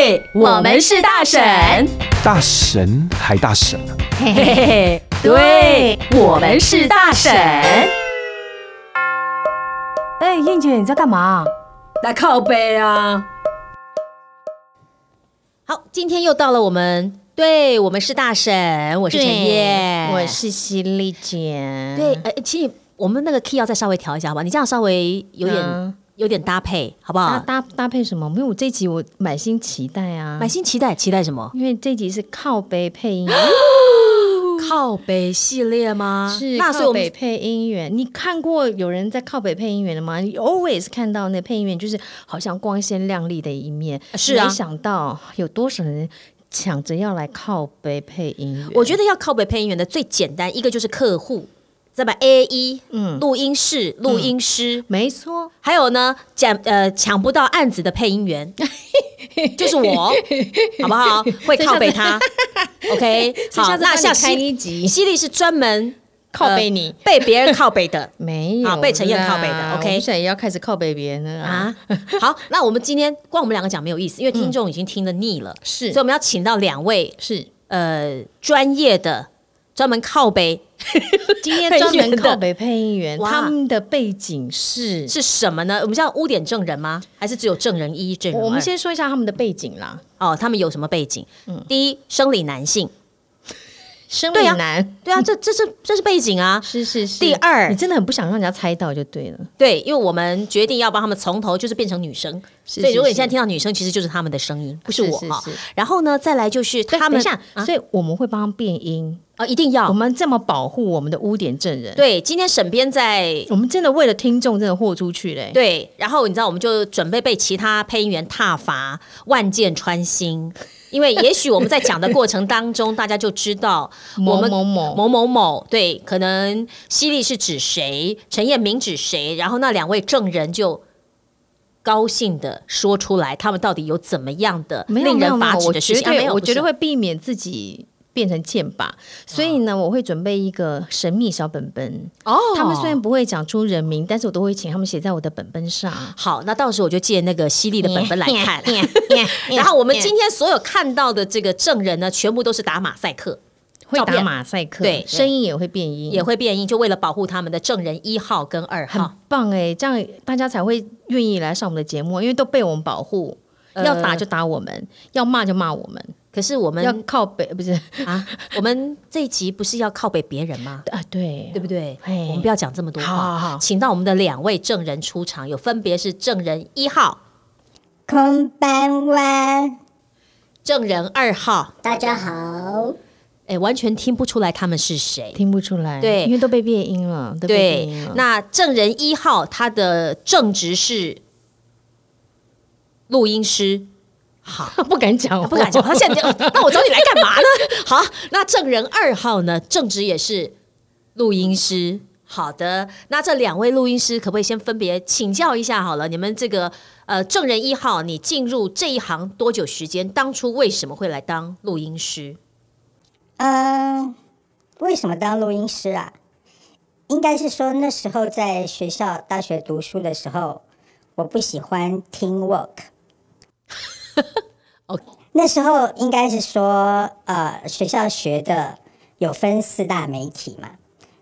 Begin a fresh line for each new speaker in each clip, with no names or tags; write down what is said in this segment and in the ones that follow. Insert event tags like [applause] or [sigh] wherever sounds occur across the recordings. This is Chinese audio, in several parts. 嘿，我们是大婶，
大神还大神啊！
嘿嘿嘿，对，我们是大婶。
哎，燕姐，你在干嘛？
来靠背啊！
好，今天又到了我们，对我们是大婶，我是陈燕，
我是犀利姐。
对，呃，其实我们那个 key 要再稍微调一下，好吧？你这样稍微有点、
嗯
有点搭配，好不
搭
好？
搭搭配什么？没有，我这集我满心期待啊
满，心期待，期待什么？
因为这集是靠北配音，
啊靠北系列吗？
是
那所以
靠
我
北
们
配音员。你看过有人在靠北配音员的吗？你 always 看到那配音员就是好像光鲜亮丽的一面，
是啊
没想到有多少人抢着要来靠北配音员。
我觉得要靠北配音员的最简单一个就是客户，再把 A 一，
嗯
嗯，录音室、录音师，
没错，
还有呢，抢呃抢不到案子的配音
[laughs]
员，就是我，好不好？会靠北
[laughs]
他，OK。
所以
好，
下次
那
帮你
像
开
犀
一集
犀利是专门
靠北你
呃被别人靠北的
没有
啊被陈燕靠北的
啦
OK
我们现在也要开始靠北别人了 [laughs] 啊
啊。好，那我们今天光我们两个讲没有意思，因为听众已经听得腻了，
是
所以我们要请到两位
是，
呃专业的专门靠北
[laughs] 今天
[laughs] 配
专
音员
门靠
的
北配音员，
哇
他们的背景是
是什么呢？我们叫污点证人吗？还是只有证人一、证人二？
我们先说一下他们的背景啦。
哦，他们有什么背景？
嗯
第一，生理男性，
生理
对啊
男，
对啊，这这是这是背景啊。
是是是。
第二
你真的很不想让人家猜到就对了。
对，因为我们决定要帮他们从头就是变成女生，
是
所以如果你
是
现在听到女生，其实就是他们的声音，不是
是
我
是
哈
是。
然后呢，再来就是他
等
们
一下，
啊
所以我们会帮他变音，
哦一定
我
要
们这么保护我们的污点证人。，
对。今天沈编在
我们真的为了听众真的豁出去嘞。
对，然后你知道我们就准备被其他配音员踏伐，万箭穿心。因为也许我们在讲的过程当中，大家就知
[laughs]
道
某
我们
某某
某某某对，可能犀利是指谁，陈彦明指谁，然后那两位证人就高兴的说出来，他们到底有怎么样的
没有
令
没有
人
没
发
有，
指
我
的事
绝
情？啊没
对
有
我
不
绝对
是哦
会避免自己变成剑拔，所以呢，我会准备一个神秘小本本。
哦，
他们虽然不会讲出人名，但是我都会请他们写在我的本本上。
好，那到时候我就借那个犀利的本本来看。 [laughs] 然后我们今天所有看到的这个证人呢，全部都是打马赛克。
会
照
打
片
马赛克，
对
声音也会变音，
也会变音，就为了保护他们的证人一号跟二
很
号。
棒哎，这样大家才会愿意来上我们的节目，因为都被我们保护。要打就打我们，要骂就骂我们，
可是呃我
要
们
靠北不是 [laughs]
啊，我们这一集不是要靠北别人吗？
啊？对
对不对？
嘿
我们不要讲这么多
好好好
话，请到我们的两位证人出场，有分别是证人一号、
空班湾，
证人二号。
大家好。
哎，完全听不出来他们是谁。
听不出来，
对
因为都被变音了，都被
对
变音了，
那证人一号他的正职是录音师，好，
[laughs] 不敢讲，
不敢讲，他现在就哦那我找你来干嘛呢？ [laughs] 好，那证人二号呢？正职也是录音师。好的，那这两位录音师可不可以先分别请教一下好了？你们这个呃，证人一号，你进入这一行多久时间？当初为什么会来当录音师？
嗯，为什么当录音师啊？应该是说那时候在学校、大学读书的时候，我不喜欢听 work。
OK
那时候应该是说，呃，学校学的有分四大媒体嘛。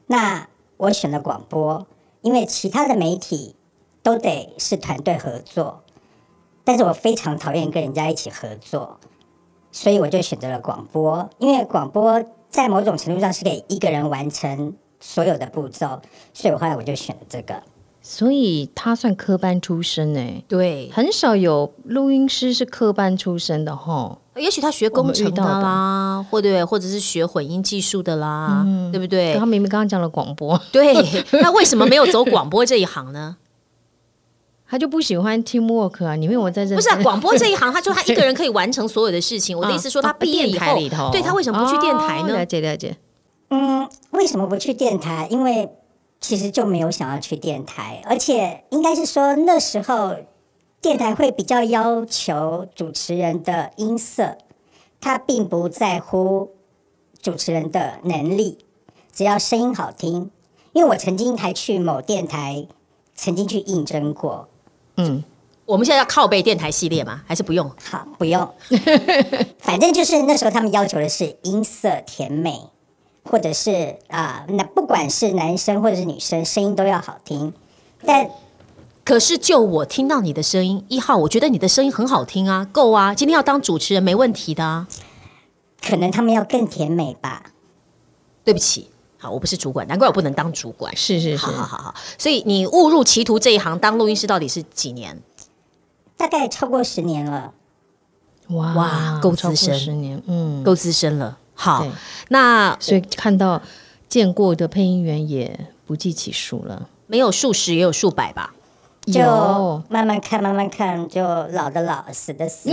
那我选了广播，因为其他的媒体都得是团队合作，但是我非常讨厌跟人家一起合作。所以我就选择了广播，因为广播在某种程度上是给一个人完成所有的步骤，所以我后来我就选了这个。
所以他算科班出身哎，
对，
很少有录音师是科班出身的哈。
呃也许他学工程的嗯啦，或对，或者是学混音技术的啦，对不对
他？明明刚刚讲了广播， [laughs]
对，那为什么没有走广播这一行呢？
他就不喜欢 teamwork 啊。你没有在认真，
不是、啊、广播这一行，他就他一个人可以完成所有的事
[laughs]
情。我的意思说，他
啊
毕业以
电台
后
里头，
对他为什么不去电台
哦了
呢？
解了解，
嗯，为什么不去电台？因为其实就没有想要去电台，而且应该是说那时候电台会比较要求主持人的音色，他并不在乎主持人的能力，只要声音好听。因为我曾经还去某电台曾经去应征过，
嗯，
我们现在要靠背电台系列吗？还是不用？
好，不用。反正就是那时候他们要求的是音色甜美，或者是啊，那、不管是男生或者是女生，声音都要好听。但
可是就我听到你的声音，一号，我觉得你的声音很好听啊，够啊，今天要当主持人没问题的啊。
可能他们要更甜美吧？
对不起，好，我不是主管，难怪我不能当主管。
是是是
好，好好好，所以你误入歧途这一行当录音师到底是几年？
大概超过十年了。
哇
哇够
超过
资深
十年，嗯，
够资深了。好
对，
那
所以看到见过的配音员也不计其数了。
没有数十也有数百吧？
就
有，
慢慢看，慢慢看，就老的老，死的死。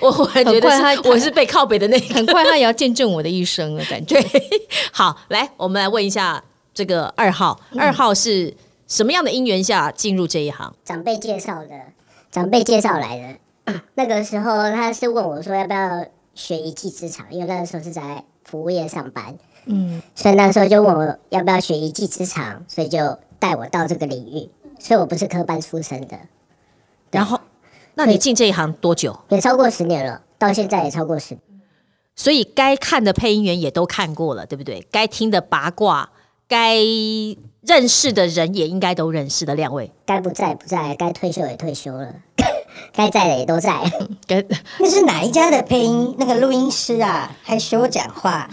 我我还觉
很
得
快他
是我是被靠北的那个。
很快他也要见证我的一生了，感
[laughs]
觉。
对，好，来，我们来问一下这个二号，二号是什么样的因缘下进入这一行？
长辈介绍的，长辈介绍来的。 [coughs] 那个时候他是问我说要不要学一技之长，因为那个时候是在服务业上班，嗯，所以那时候就问我要不要学一技之长，所以就带我到这个领域。所以我不是科班出身的，
然后，那你进这一行多久？
也超过十年了，到现在也超过十。
所以该看的配音员也都看过了，对不对？该听的八卦，该认识的人也应该都认识的。两位，
该不在不在，该退休也退休了， [coughs] 该在的也都在。 [coughs]
[laughs]
跟
那是哪一家的配音那个录音师啊？还学我讲话？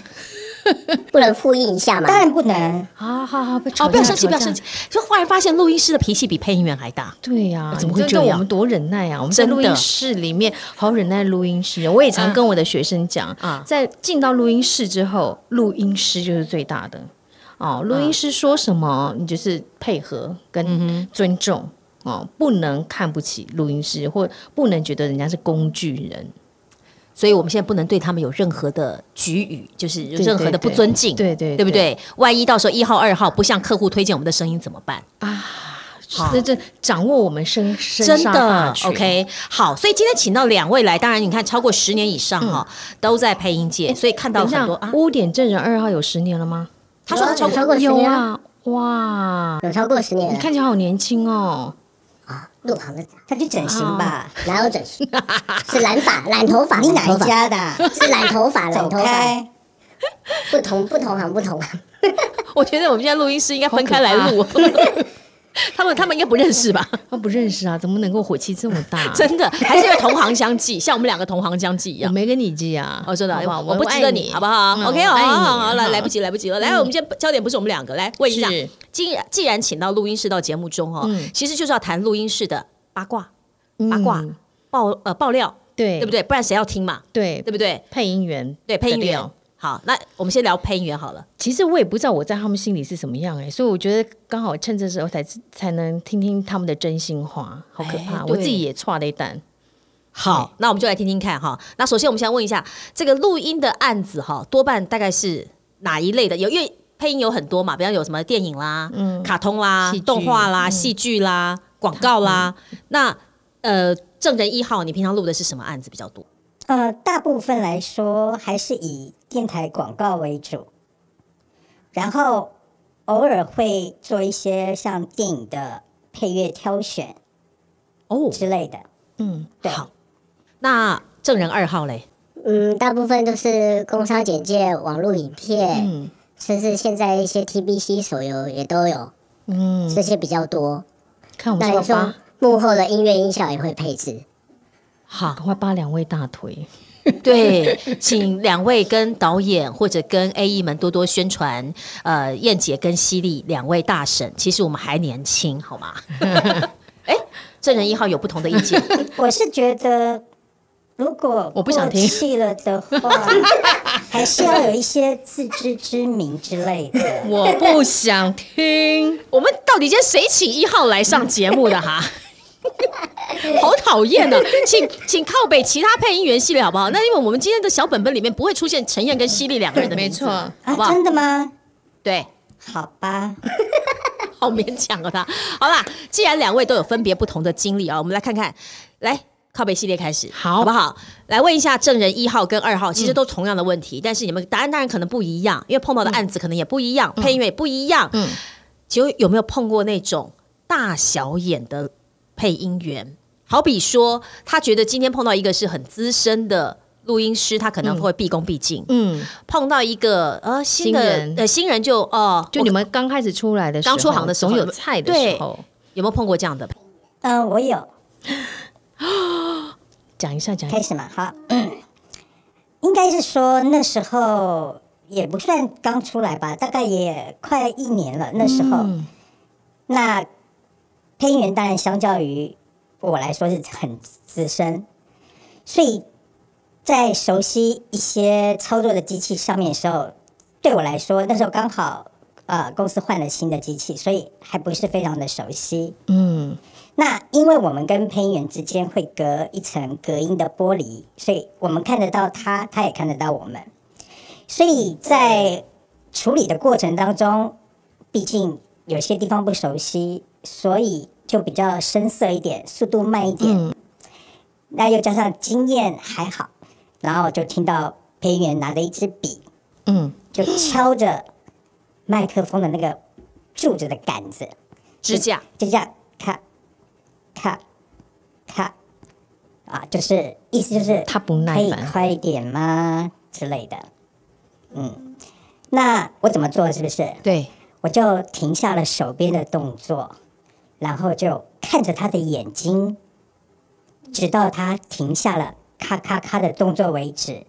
不能复印一下吗？
当然不能。
好好好，被
哦，不要生气，
吵
不
架
要生气。。嗯就忽然发现录音师的脾气比配音员还大，
对呀、
哎怎么会
你
这
知道
样
我们多忍耐啊！我们在
真的
录音室里面好忍耐录音师。我也常跟我的学生讲，
啊
在进到录音室之后，录音师就是最大的
啊
哦。录音师说什么，你就是配合
嗯
跟尊重、哦，不能看不起录音师，或不能觉得人家是工具人。
所以我们现在不能对他们有任何的局语，就是有任何的不尊敬，
对对对
对不对？万一到时候一号、二号不向客户推荐我们的声音怎么办？
这这掌握我们身身
真
上
的
大权
，OK，好，所以今天请到两位来，当然你看超过十年以上哈、都在配音界，所以看到
嗯等一
很
下
多啊，。
污点证人二号有十年了吗？
他说他超
有
过
超过十
有
年了，
啊，哇！
有超过十年
你
了。
看起来好年轻哦。
入行的哦
他去整形吧？
哪有整形？是染发、染头发。
你哪
染头
一
发
家的啊？
[laughs] 是染头发，
走
染头发，
开！
不同不同行不同行，
我觉得我们现在录音师应该分开来录， [laughs] 他们他们应该不认
[laughs]
识吧？
他不认识啊，怎么能够火气这么大？
真的，还是因为同行相忌，像我们两个同行相忌一
我
样。
没跟你记啊，
哦，真的
好不好，
我不值
爱
得
你，
你，好不好
嗯
？OK，
我
好，
爱你
好，好了，来不
及。
及，来不及了。来，我们今天焦点不是我们两个，来问一下
是，
既然既然请到录音室到节目中哦
嗯，
其实就是要谈录音室的八卦、
嗯
八卦爆呃爆料，
对
对不？对？不然谁要听嘛？
对
对不对？
配音员，
对，配音
的
员
料。
好，那我们先聊配音员好了。
其实我也不知道我在他们心里是什么样哎、所以我觉得刚好趁这时候才才能听听他们的真心话，好可怕！
哎对
我自己也差了一蛋，
好，那我们就来听听看哈。那首先我们想问一下，这个录音的案子哈，多半大概是哪一类的？有因为配音有很多嘛，比方有什么电影啦、
嗯
卡通啦
戏、剧
动画啦、
嗯
戏剧啦、广告啦。那呃，证人一号，你平常录的是什么案子比较多？
呃，大部分来说还是以电台广告为主，然后偶尔会做一些像电影的配乐挑选
哦，
之类的。
嗯，
对，
好，那证人二号嘞？
嗯，大部分都是工商简介、网络影片，
嗯
甚至现在一些 TBC 手游也都有，
嗯，
这些比较多。
哦
看我
那
们
你
这
说
八，
幕后的音乐音效也会配置，
好
赶，快扒两位大腿， [laughs]
对，请两位跟导演或者跟 A E 们多多宣传，呃，燕姐跟犀利两位大婶，其实我们还年轻，好
[laughs]
吗？哎，证人一号有不同的意见，
我是觉得如果
我不想听
过气了的
[laughs]
话，还是要有一些自知之明之类的。
我不 [laughs] 想听。
我们到底今天谁请一号来上节目的
[laughs]
哈？好讨厌呢、请请靠北其他配音员系列好不好？那因为我们今天的小本本里面不会出现陈燕跟犀利两个人的名字，
没错
好
啊
不，好？
真的吗？
对。
好吧，
好勉强哦，他。好啦，既然两位都有分别不同的经历啊，我们来看看，来靠北系列开始，
好嗯
好不好？来问一下证人一号跟二号，其实都同样的问题，但是你们答案当然可能不
嗯
一样，因为碰到的案子可能也不一样，配音员也不一样。嗯，请问有没有碰过那种大小眼的配音员。好比说，他觉得今天碰到一个是很资深的录音师，他可能会毕恭毕敬；
嗯，
碰到一个呃新的
新人
呃新人就哦，
就
我
你们刚开始出来的时候，
刚出行的时候
总有菜的
对
时候，
有没有碰过这样的？
呃，我有
讲一下讲一下
开。始嘛，好，嗯应该是说那时候也不算刚出来吧，大概也快一年了。那时候，那配音员当然相较于我来说是很资深，所以在熟悉一些操作的机器上面的时候，对我来说那时候刚好呃公司换了新的机器，所以还不是非常的熟悉。
嗯，
那因为我们跟配音员之间会隔一层隔音的玻璃，所以我们看得到他，他也看得到我们。所以在处理的过程当中，毕竟有些地方不熟悉，所以就比较生涩一点，速度慢一点。那又加上经验还好，然后就听到配音员拿着一支笔，
嗯，
就敲着麦克风的那个柱子的杆子，
支架
就这样咔咔咔啊，就是意思就是
他不耐
可以
烦，
快一点吗之类的。嗯，那我怎么做？是不是
对，
我就停下了手边的动作，然后就看着他的眼睛，直到他停下了咔咔咔的动作为止，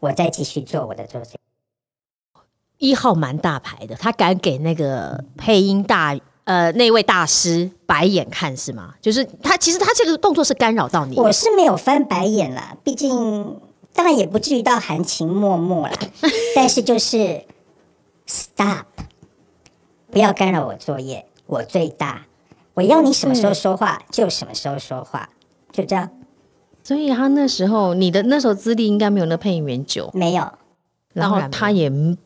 我再继续做我的作业。
一号蛮大牌的，他敢给那个配音大呃那位大师白眼看是吗？就是他其实他这个动作是干扰到你，
我是没有翻白眼啦，毕竟当然也不至于到含情脉脉啦，但是就是 stop，不要干扰我作业，我最大，我要你什么时候说话就什么时候说话，就这样，
所以他那时候你的那时候资历应该没有那配音员久，
没有。
然
当
后
然没有
他也嗯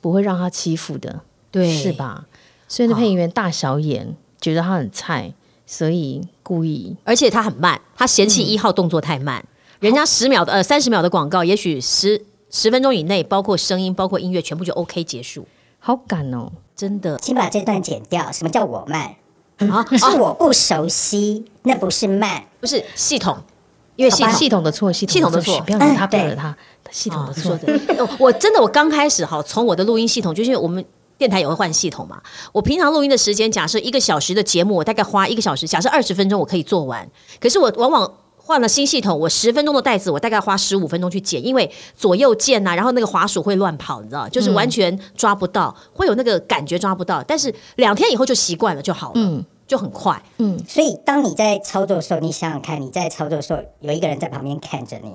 不会让他欺负的，
对
是？吧？所以那配音员大小眼，觉得他很菜，所以故意
而且他很慢，他嫌弃一号动作太慢，人家十秒的呃三十秒的广告，也许十十分钟以内，包括声音、包括音乐，全部就 OK 结束。
好赶哦，
真 [laughs] 的
请把这段剪掉。什么叫我慢？
啊啊，
是我不熟悉，那不是慢。
不是系统，因为系
系
统
系统的错，系
系统的
错，
错
不要惹他，
嗯
不要
对
惹他，系统
啊
的
你
错
说。的。哦 [laughs] 我真的，我刚开始哈，从我的录音系统，就是因为我们电台也会换系统嘛。我平常录音的时间，假设一个小时的节目，我大概花一个小时，假设二十分钟我可以做完。可是我往往换了新系统，我十分钟的带子，我大概花十五分钟去剪，因为左右键呐、然后那个滑鼠会乱跑，你知道，就是完全抓不到，会有那个感觉抓不到。但是两天以后就习惯了就好了，就很快。
所以当你在操作的时候，你想想看，你在操作的时候，有一个人在旁边看着你，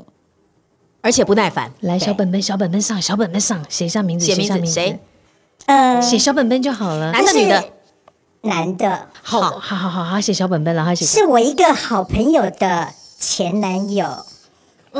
而且不耐烦，
来，
对
小本本，小本本上，小本本上，嗯写一下名字，
写名
一下
字
名
谁哎
字，
呃，
写小本本就好了。
男的
就是
女的，
男的，
好，好好好，他写小本本了，他写
是我一个好朋友的前男友， [laughs]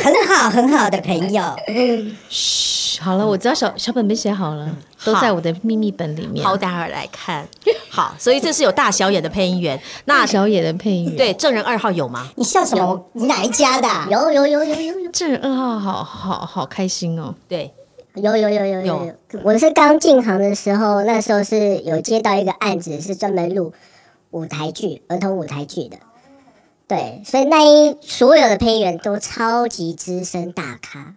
很好很好的朋友，
好
嗯
了，我知道小小本本写好了，都在我的秘密本里面。
好，待会儿来看。好，所以这是有大小眼的配音员。 [laughs] 那
小野的配音员，
对，证人二号有吗？
你笑什么？我你哪一家的啊？
有有有有有有
这二号好好好开心哦。
对，
有有有有有
有
有，我是刚进行的时候，那时候是有接到一个案子，是专门录舞台剧、儿童舞台剧的。对，所以那一所有的配音员都超级资深大咖，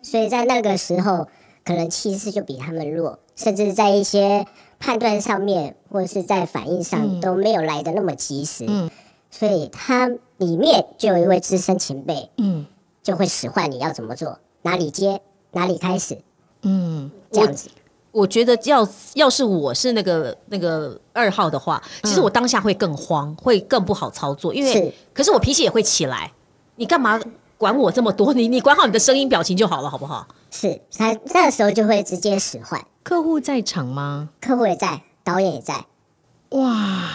所以在那个时候，可能气势就比他们弱，甚至在一些判断上面，或是在反应上都没有来的那么及时。所以他里面就有一位资深前辈，
嗯
就会使唤你要怎么做，哪里接，哪里开始。
嗯，
这样子。
我觉得要要是我是那个那个二号的话，其实我当下会更慌，会更不好操作，因为
是
嗯可是我脾气也会起来。你干嘛管我这么多？你你管好你的声音表情就好了，好不好？
是他那时候就会直接使唤，
客户在场吗？
客户也在，导演也在，
哇，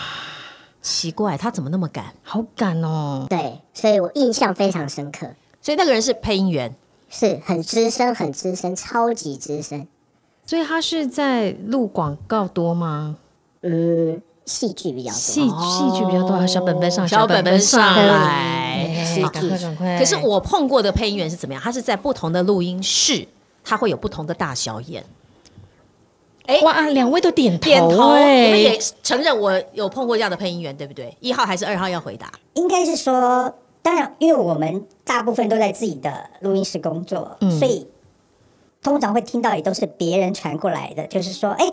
奇怪，他怎么那么敢？
好赶哦。
对，所以我印象非常深刻，
所以那个人是配音员，
是很资深，很资深，超级资深。
所以他是在录广告多吗？
嗯，戏剧比较
戏
多，
戏剧比较多，小本本上，
哦小本
本
本上
上。
来。
哎
好
赶快赶快！
可是我碰过的配音员是怎么样？他是在不同的录音室，他会有不同的大小眼。哎
哇，两位都点头
点头，你们
哎
也承认我有碰过这样的配音员，对不对？一号还是二号要回答？
应该是说，当然，因为我们大部分都在自己的录音室工作，所以通常会听到也都是别人传过来的，就是说，哎，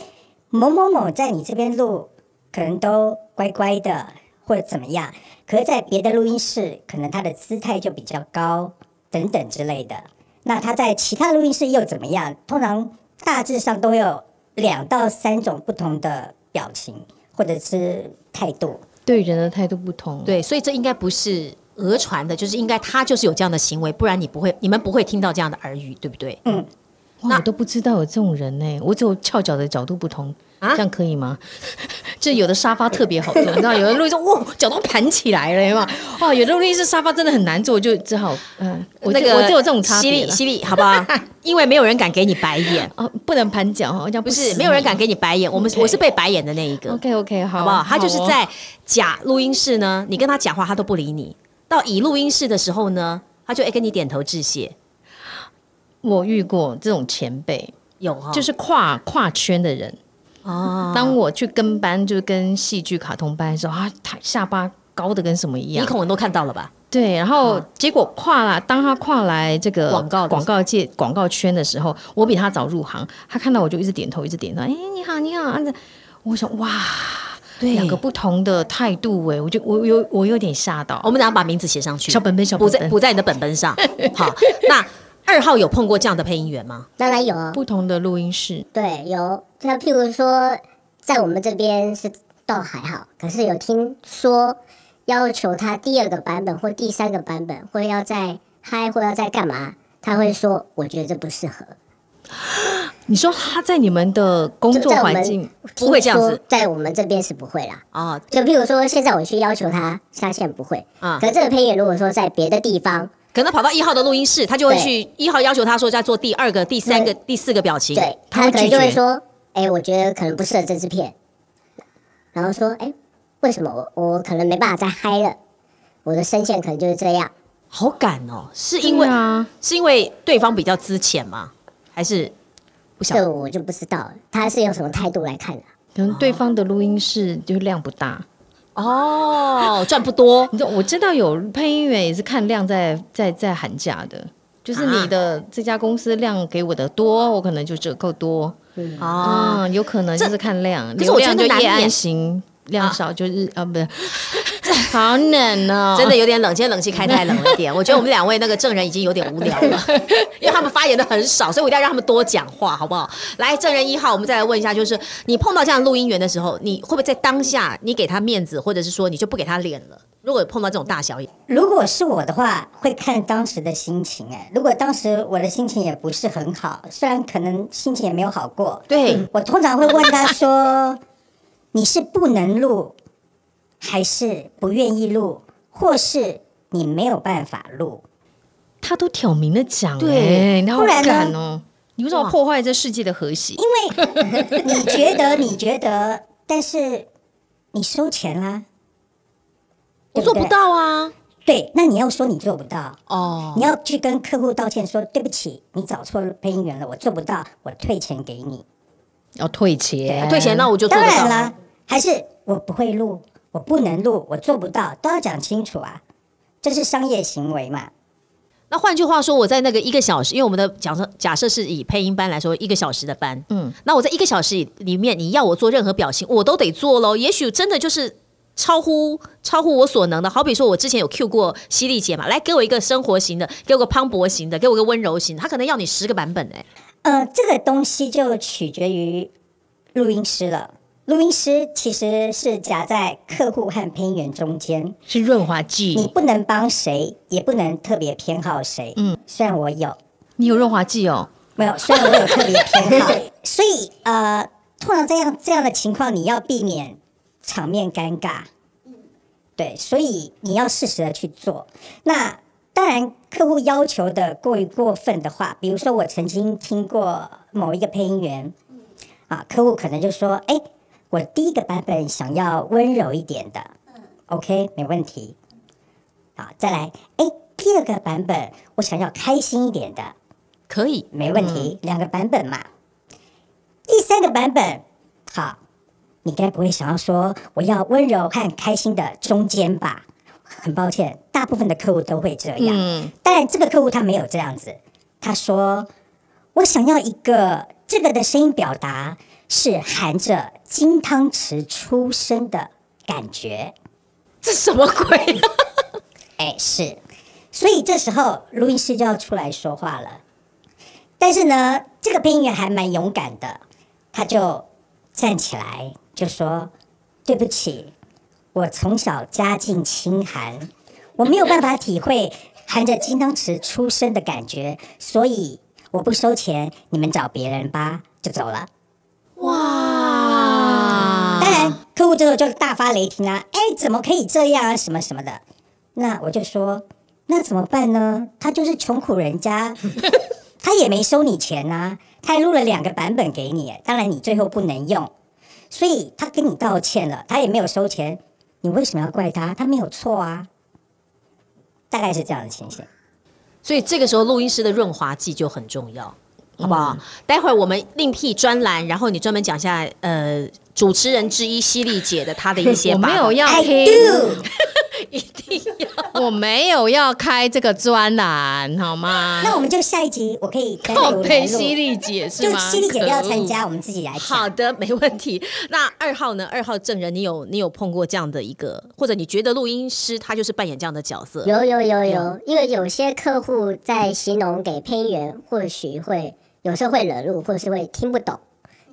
某某某在你这边录，可能都乖乖的或者怎么样，可是在别的录音室，可能他的姿态就比较高，等等之类的。那他在其他录音室又怎么样？通常大致上都有两到三种不同的表情或者是态度。
对人的态度不同，
对，所以这应该不是讹传的，就是应该他就是有这样的行为，不然你不会，你们不会听到这样的耳语，对不对？
哇，
那
我都不知道有这种人呢、我只有翘脚的角度不同，
啊
这样可以吗？ [laughs] 就有的沙发特别好坐，你知道，有的录音室哇，脚都盘起来了，有没有？哇，有的录音室沙发真的很难坐，就只好嗯，我
那
就
个
我只有这种差
犀
别
利
了
犀利，好不 [laughs] 好？因为没有人敢给你白眼，
哦，不能盘脚哦，这样
不
行
是没有人敢给你白眼，我们
OK
我是被白眼的那一个。
OK OK 好，
好不好？他就是
哦
在假录音室呢，你跟他讲话他都不理你；到乙录音室的时候呢，他就哎跟你点头致谢，
我遇过这种前辈，
有哈、哦，
就是跨跨圈的人。
哦，
当我去跟班，就是跟戏剧卡通班的时候，啊，他下巴高的跟什么一
你
样。
孔文都看到了吧？
对，然后结果跨了，当他跨来这个
广告的
广告界广告圈的时候，我比他早入行，他看到我就一直点头，一直点头，哎，你好，你好，啊，我想哇，
对
两个不同的态度，哎，我就我有我有点吓到
我，们等下把名字写上去，
小本本小
补
本
在
本
补在你的本本上。好，那二号有碰过这样的配音员吗？
当然有啊，
不同的录音室，
对，有。那譬如说，在我们这边是倒还好，可是有听说要求他第二个版本或第三个版本，或要再嗨，或要再干嘛，他会说我觉得这不适合。
你说他在你们的工
就
作
在我
环
们
境，
不会这样子
听说在我们这边是不会啦。
哦，
就譬如说，现在我去要求他下线不会，
啊
可这个配乐如果说在别的地方，
可能跑到一号的录音室，他就会
对
去一号要求他说再做第二个、第三个、
对
第四个表情，
对
他
他
会
可
拒
能就会
绝
说，哎，我觉得可能不适合这支片，然后说，哎，为什么我我可能没办法再嗨了，我的声线可能就是这样，
好赶哦，是因为、
对啊，
是因为对方比较资浅吗？还是不晓
这
得？
我就不知道了，他是用什么态度来看的、
可能对方的录音室就量不大。
哦， [laughs] 赚不多，
你知道，我知道有配音员也是看量在在在喊价的，就是你的
啊
这家公司量给我的多，我可能就折扣多。
哦，
啊，有可能就是看量，
可是我
流
觉得
量就
难
夜
免
安行，量少就是
[laughs]
啊，不是，好冷哦，
真的有点冷，今天冷气开太冷了一
[laughs]
点。我觉得我们两位那个证人已经有点无聊了，因为他们发言的很少，所以我一定要让他们多讲话，好不好？来，证人一号，我们再来问一下，就是你碰到这样的录音员的时候，你会不会在当下你给他面子，或者是说你就不给他脸了？如果有碰到这种大小眼，
如果是我的话，会看当时的心情哎。如果当时我的心情也不是很好，虽然可能心情也没有好过，
对，
我通常会问他说：“你是不能录，还是不愿意录，或是你没有办法录
他都挑明了讲，
对
哎，你好
不然呢
敢哦，你为什么破坏这世界的和谐？？”
你觉得？你觉得？但是你收钱啦、
我
对
做
对
不到啊。
对，那你要说你做不到，
哦，
你要去跟客户道歉说：“对不起，你找错配音员了，我做不到，我退钱给你。”
要退钱，
哎退钱那我就做
当
得到
然啦，还是我不会录，我不能录，我做不到，都要讲清楚啊，这是商业行为嘛。
那换句话说，我在那个一个小时，因为我们的假设假设是以配音班来说，一个小时的班，嗯
嗯，
那我在一个小时里里面，你要我做任何表情，我都得做喽。也许真的就是超乎超乎我所能的，好比说，我之前有 Q 过犀利姐嘛，来给我一个生活型的，给我个磅礴型的，给我个温柔型的，她可能要你十个版本哎、
呃，这个东西就取决于录音师了。录音师其实是夹在客户和配音员中
嗯
间，
是润滑
你
剂，
不能帮谁，也不能特别偏好谁。嗯，虽然我有，
你有润滑剂哦，
没有，虽然我有特别偏好，所以呃，通常这样这样的情况，你要避免场面尴尬。对，所以你要适时的去做。那当然，客户要求的过于过分的话，比如说我曾经听过某一个配音员，啊，客户可能就说：“哎，我第一个版本想要温柔一点的，OK，没问题。”啊，再来，哎，第二个版本我想要开心一点的，
可以
没问题，两个版本嘛。第三个版本，好，你该不会想要说我要温柔和开心的中间吧？很抱歉，大部分的客户都会这样。
嗯，
但这个客户他没有这样子，他说：“我想要一个这个的声音表达是含着金汤匙出生的感觉。
这什么鬼、 [laughs] 啊？”
哎，是，所以这时候录音师就要出来说话了。但是呢，这个配音员还蛮勇敢的，他就站起来就说：“对不起，我从小家境清寒，我没有办法体会含着金汤匙出生的感觉，所以我不收钱，你们找别人吧。”就走了。哇！当然，客户之后就大发雷霆啊！哎，怎么可以这样啊？什么什么的。那我就说，那怎么办呢？他就是穷苦
[laughs]
人家，他也没收你钱啊，他还录了两个版本给你，当然你最后不能用，所以他跟你道歉了，他也没有收钱，你为什么要怪他？他没有错啊，大概是这样的情形。
所以这个时候录音师的润滑剂就很重要，好不
嗯
好？待会儿我们另辟专栏，然后你专门讲一下呃主持人之一犀利姐的她的一些
[laughs] 我
吧。
没有要
I
听，
do，
[laughs]
[laughs]
我没有要开这个专栏，好吗？
那我们就下一集我可以单
靠
独来
背
录，
犀利姐是
就
吗？
犀利姐不要
可恶
参加，我们自己来
[laughs] 好
讲。
的，没问题。那二号呢？二号证人，你有你有碰过这样的一个，或者你觉得录音师他就是扮演这样的角色？
有有有有，因为有些客户在形容给配音员，或许会有时候会惹怒，或是会听不懂。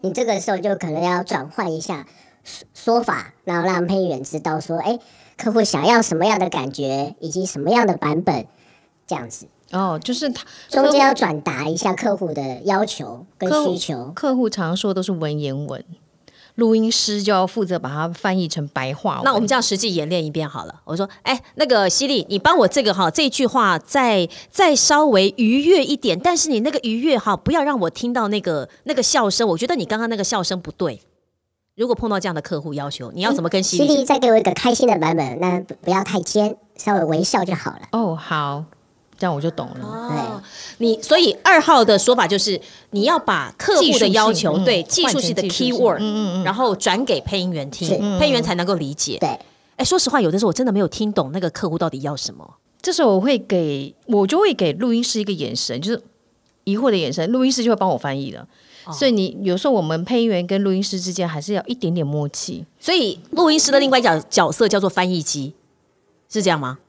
你这个时候就可能要转换一下说说法，然后让配音员知道说，哎，客户想要什么样的感觉，以及什么样的版本，这样子
哦，就是他
中间要转达一下客户的要求跟
客户
需求。
客户常说都是文言文，录音师就要负责把它翻译成白话文。
那我们这样实际演练一遍好了。我说，哎，那个犀利，你帮我这个哈，这句话再再稍微愉悦一点，但是你那个愉悦哈，不要让我听到那个那个笑声。我觉得你刚刚那个笑声不对。如果碰到这样的客户要求，你要怎么跟犀
犀
利？
利再给我一个开心的版本，那不不要太尖，稍微微笑就好了。
哦，好，这样我就懂了。
哦，你所以二号的说法就是，你要把客户的要求，
技术性嗯
对技术性的
换成技术性
keyword，
嗯嗯嗯嗯
然后转给配音员听
是，
配音员才能够理解。
对，
哎，说实话，有的时候我真的没有听懂那个客户到底要什么。
这时候我会给我就会给录音师一个眼神，就是疑惑的眼神，录音师就会帮我翻译了。
哦
所以你有时候我们配音员跟录音师之间还是要一点点默契。
所以录音师的另外一角角色叫做翻译机，是这样吗？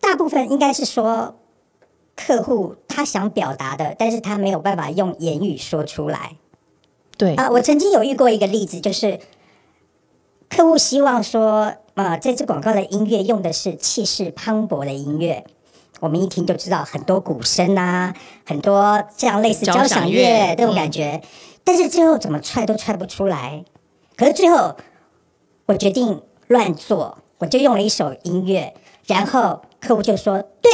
大部分应该是说客户他想表达的，但是他没有办法用言语说出来。
对，
啊、我曾经有遇过一个例子，就是客户希望说，呃，这支广告的音乐用的是气势磅礴的音乐。我们一听就知道很多鼓声啊，很多这样类似
交
交
响
响
乐
乐这嗯种感觉，但是最后怎么踹都踹不出来。可是最后我决定乱做，我就用了一首音乐，然后客户就说对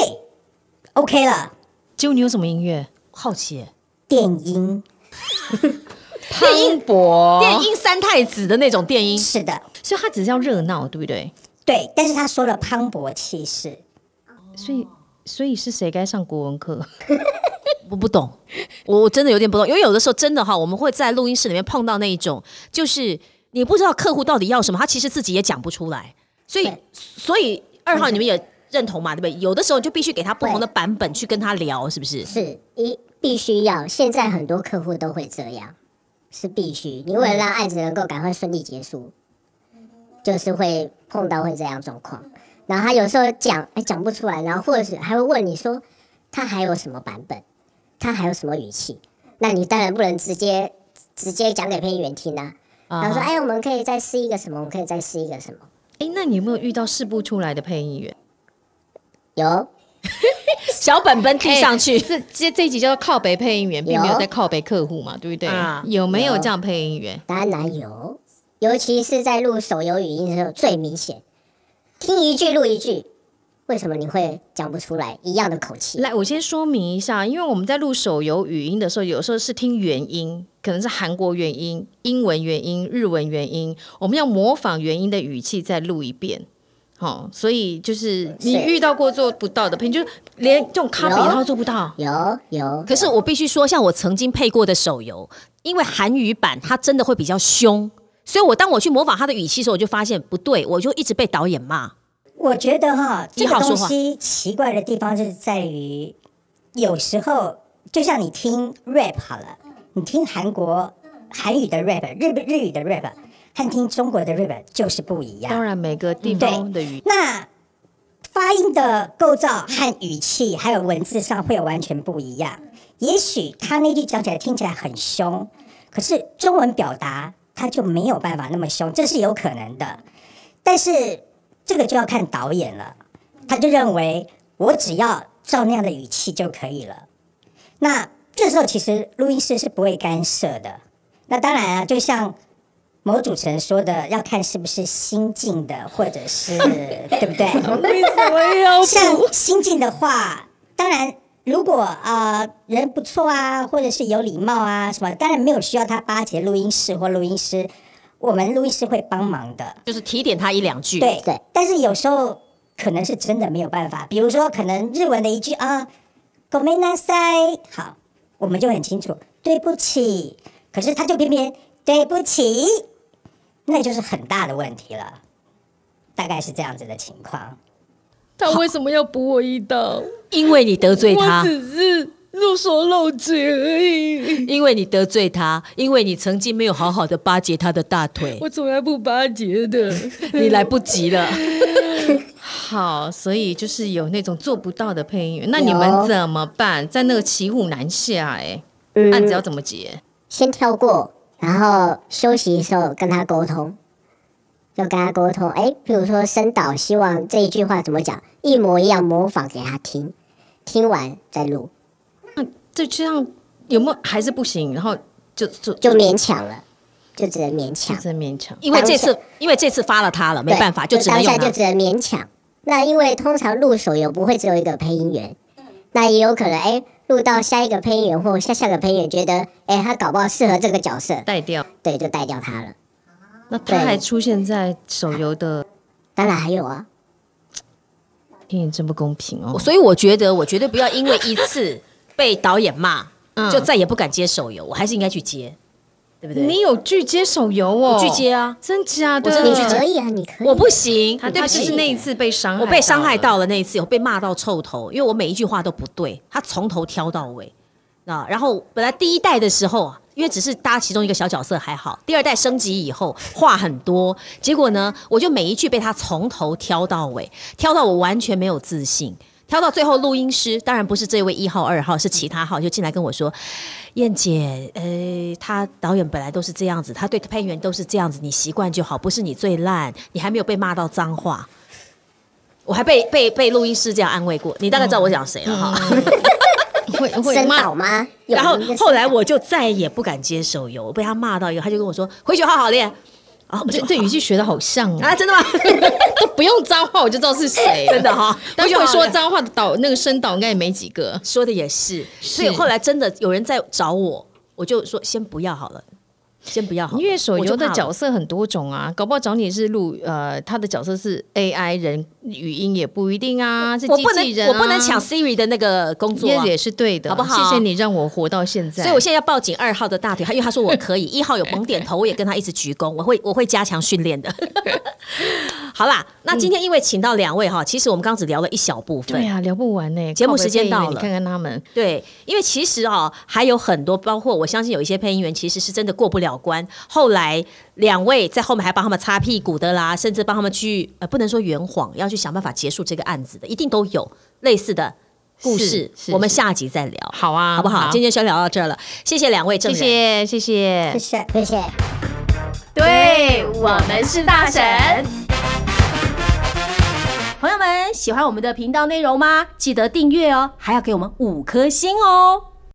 ，OK 了，
结果你有什么音乐？
好奇耶，
电音
磅礴，
电音三太子的那种电音，
是的，
所以他只是要热闹，对不对？
对，但是他说了磅礴气势。
所以，所以是谁该上国文课？
我不懂，我我真的有点不懂，因为有的时候真的哈，我们会在录音室里面碰到那一种，就是你不知道客户到底要什么，他其实自己也讲不出来，所以
对
所以二号你们也认同嘛，对不对？有的时候就必须给他不同的版本去跟他聊，是不是？
是一必须要，现在很多客户都会这样，是必须。你为了让案子能够赶快顺利结束，就是会碰到会这样状况。然后他有时候讲，哎，讲不出来，然后或者是还会问你说，他还有什么版本，他还有什么语气？那你当然不能直接直接讲给配音员听啊。然后说，哎，我们可以再试一个什么，我们可以再试一个什么。
哎，那你有没有遇到试不出来的配音员？
有
小本本递上去，
[laughs] 这这这一集叫做靠北配音员，并没有在靠北客户嘛，对不对？
啊
有没有这样配音员？
当然有，尤其是在录手游语音的时候最明显，听一句录一句，为什么你会讲不出来一样的口气？
来，我先说明一下，因为我们在录手游语音的时候，有时候是听元音，可能是韩国元音、英文元音、日文元音，我们要模仿元音的语气再录一遍。好、所以就是你
是
遇到过做不到的配音，就是连这种 copy
有
他都做不到。
有有，
可是我必须说，像我曾经配过的手游，因为韩语版他真的会比较凶，所以我当我去模仿他的语气的时候，我就发现不对，我就一直被导演骂。
我觉得哈，
这
这
个好
个
说
东
话
西奇怪的地方是在于，有时候就像你听 rap 好了，你听韩国韩语的 rap、日日语的 rap 和听中国的 rap 就是不一样。
当然，每个地方的语
那发音的构造和语气，还有文字上会有完全不一样。也许他那句讲起来听起来很凶，可是中文表达他就没有办法那么凶，这是有可能的。但是这个就要看导演了，他就认为我只要照那样的语气就可以了。那这时候其实录音师是不会干涉的。那当然啊，就像某主持人说的，要看是不是新进的，或者
[laughs]
是对不对？
为什么要
像新进的话，当然如果呃人不错啊，或者是有礼貌啊什么，当然没有需要他巴结录音室或录音师，我们录音师会帮忙的。
就是提点他一两句，
对
对，
但是有时候可能是真的没有办法，比如说可能日文的一句啊“ごめんなさい”，好，我们就很清楚“对不起”，可是他就偏偏“对不起”，那就是很大的问题了，大概是这样子的情况。
他为什么要补我一刀？
因为你得罪他，
是露手露嘴而已， [laughs]
因为你得罪他，因为你曾经没有好好的巴结他的大腿，
从来不巴结的。
你来不及
[laughs]
了。
好，所以就是有那种做不到的配音员，那你们怎么办？在那个骑虎难下、欸，哎，案子要怎么结？
嗯先跳过，然后休息的时候跟他沟通，就跟他沟通。哎，比如说声导希望这一句话怎么讲，一模一样模仿给他听，听完再录，
这这样有没有还是不行？然后就就
就勉强了，就只能勉强。
真勉强。
因为这次，因为这次发了他了，没
对
办法，就只能
当
用
下
他
就。只能勉强。那因为通常录手游不会只有一个配音员，那也有可能哎录到下一个配音员或下下个配音员觉得哎他搞不好适合这个角色，
带掉。
对，就带掉他了。
那他还
对
出现在手游的，
当然还有啊，
天眼真不公平哦。
所以我觉得，我绝对不要因为一次被导演骂，
嗯
就再也不敢接手游，我还是应该去接，对不对？
你有拒接手游
我
哦？
去接啊，
真假的？
我真
你
的去
可
接
以啊，你可以。
我不行，
他对
他
不
就
起，
是
是那一次被伤害，
我被伤害。到了那一次，我被骂到臭头，因为我每一句话都不对，他从头挑到尾。啊，然后本来第一代的时候啊，因为只是搭其中一个小角色还好，第二代升级以后话很多，结果呢，我就每一句被他从头挑到尾，挑到我完全没有自信。挑到最后，录音师当然不是这位一号、二号，是其他号，就进来跟我说：“燕姐，呃，他导演本来都是这样子，他对配音员都是这样子，你习惯就好，不是你最烂，你还没有被骂到脏话。”我还被被被录音师这样安慰过，你大概知道我讲谁了哈。
嗯
[laughs]
会会
声
骂
导吗？有
然后
嗯
名的声
后来
导
我就再也不敢接手游，我被他骂到以后，他就跟我说：“回去好好练。”啊，我
这
就
这语气学的好像啊
啊，，真的吗？ [laughs]
都不用脏话我就知道是谁，
真的。哈，
但
就
会
好
说
了
脏话的导那个声导应该也没几个。
说的也是，所以后来真的有人在找我，我就说先不要好了，先不要好了，
因为手游的角
色
色很多种啊，搞不好找你是录呃，他的角色是 AI 人语音也不一定啊，是
我
机
不
器
能
人、啊、
我不能抢 Siri 的那个工作啊
也。也是对的，
好不好
谢谢你让我活到现在。
所以我现在要抱紧二号的大腿，因为他说我
[laughs]
可以，一号有猛点头，我也跟他一直鞠躬，我会我会加强训练
[laughs]
的。好啦，那今天因为请到两位哈，其实我们刚刚只聊了一小部分，
对啊哎呀、聊不完呢、
节目
靠北
时间
配音员
到了
你看看他们，
对，因为其实哦，还有很多，包括我相信有一些配音员其实是真的过不了关。后来两位在后面还帮他们擦屁股的啦，甚至帮他们去呃，不能说圆谎，要去想办法结束这个案子的，一定都有类似的故事。
是是
我们
是
下集再聊，
好啊，
好不好？今天先聊到这儿了，谢谢两位
谢
正人，
谢谢谢
谢。谢。
谢谢。
对我们是大神。朋友们，喜欢我们的频道内容吗？记得订阅哦，还要给我们五颗星哦。